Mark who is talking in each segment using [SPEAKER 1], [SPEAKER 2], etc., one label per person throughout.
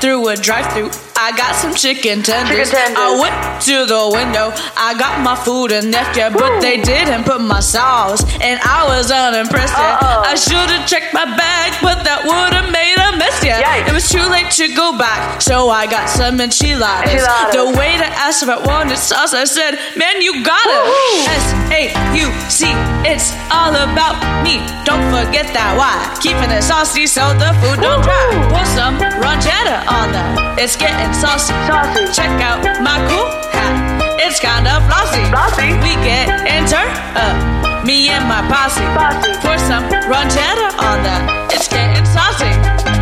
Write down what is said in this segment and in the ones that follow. [SPEAKER 1] through a drive-through. I got some chicken tenders.
[SPEAKER 2] Chicken tenders.
[SPEAKER 1] I went to the window. I got my food and left yeah, but they didn't put my sauce, and I was unimpressed. Yeah.
[SPEAKER 2] Uh-oh.
[SPEAKER 1] I should have checked my bag, but that would have made a mess. Yeah,
[SPEAKER 2] Yikes.
[SPEAKER 1] it was too late to go back, so I got some enchiladas.
[SPEAKER 2] Enchiladas.
[SPEAKER 1] The waiter asked if I wanted sauce. I said, "Man, you got it."
[SPEAKER 2] Woohoo.
[SPEAKER 1] S A U C. It's all about me. Don't forget that why. Keeping it saucy so the food don't dry.
[SPEAKER 2] Woohoo.
[SPEAKER 1] Pour some ranchetta on that. It's getting saucy.
[SPEAKER 2] Saucy.
[SPEAKER 1] Check out my cool hat. It's kind of flossy.
[SPEAKER 2] Flossy.
[SPEAKER 1] We get and turn up. Me and my posse.
[SPEAKER 2] Posse.
[SPEAKER 1] Pour some ranchetta on that. It's getting saucy.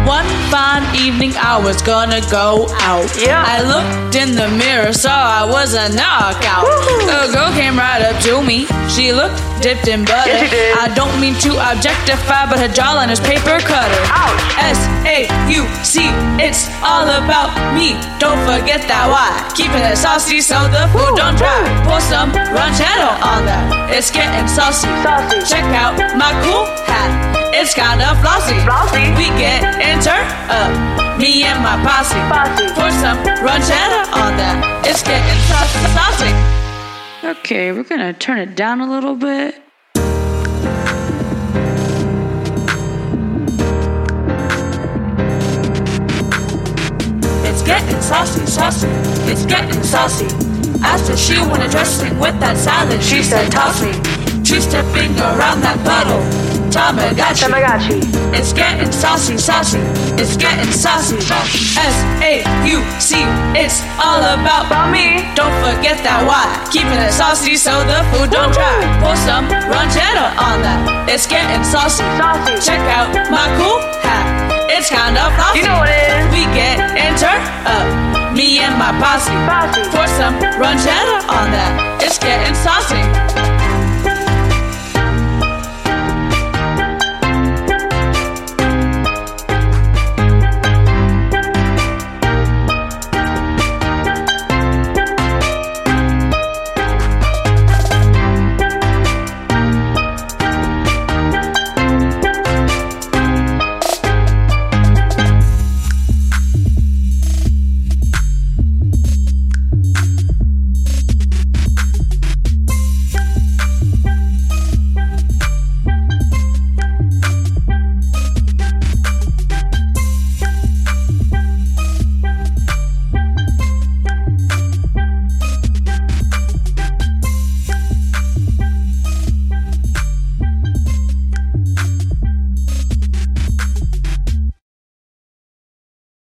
[SPEAKER 1] One fine evening, I was gonna go out.
[SPEAKER 2] Yeah.
[SPEAKER 1] I looked in the mirror, saw I was a knockout. A girl came right up to me. She looked dipped in butter.
[SPEAKER 2] Yes, she did.
[SPEAKER 1] I don't mean to objectify, but her jawline is paper cutter.
[SPEAKER 2] Ouch.
[SPEAKER 1] S A U C, it's all about me. Don't forget that why. Keeping it saucy so the food don't dry. Pour some ranchero on that. It's getting saucy.
[SPEAKER 2] Saucy.
[SPEAKER 1] Check out my cool hat. It's kinda flossy.
[SPEAKER 2] Flossy.
[SPEAKER 1] We get and turn up. Me and my posse.
[SPEAKER 2] Posse.
[SPEAKER 1] Pour some ranchero on that. It's getting saucy. saucy. Okay, we're gonna turn it down a little bit. It's getting saucy, saucy. It's getting saucy. After she went a dressing with that salad, she said toss me. She stepping around that puddle. Tamagotchi.
[SPEAKER 2] Tamagotchi.
[SPEAKER 1] It's getting saucy, saucy. It's getting saucy. S A U C. It's all about
[SPEAKER 2] About me.
[SPEAKER 1] Don't forget that why. Keeping it saucy so the food don't dry. Pour some ranchero on that. It's getting saucy.
[SPEAKER 2] Saucy.
[SPEAKER 1] Check out my cool hat. It's kind of flossy.
[SPEAKER 2] You know what it is.
[SPEAKER 1] We get and turn up. Me and my posse.
[SPEAKER 2] Posse.
[SPEAKER 1] Pour some ranchero on that. It's getting saucy.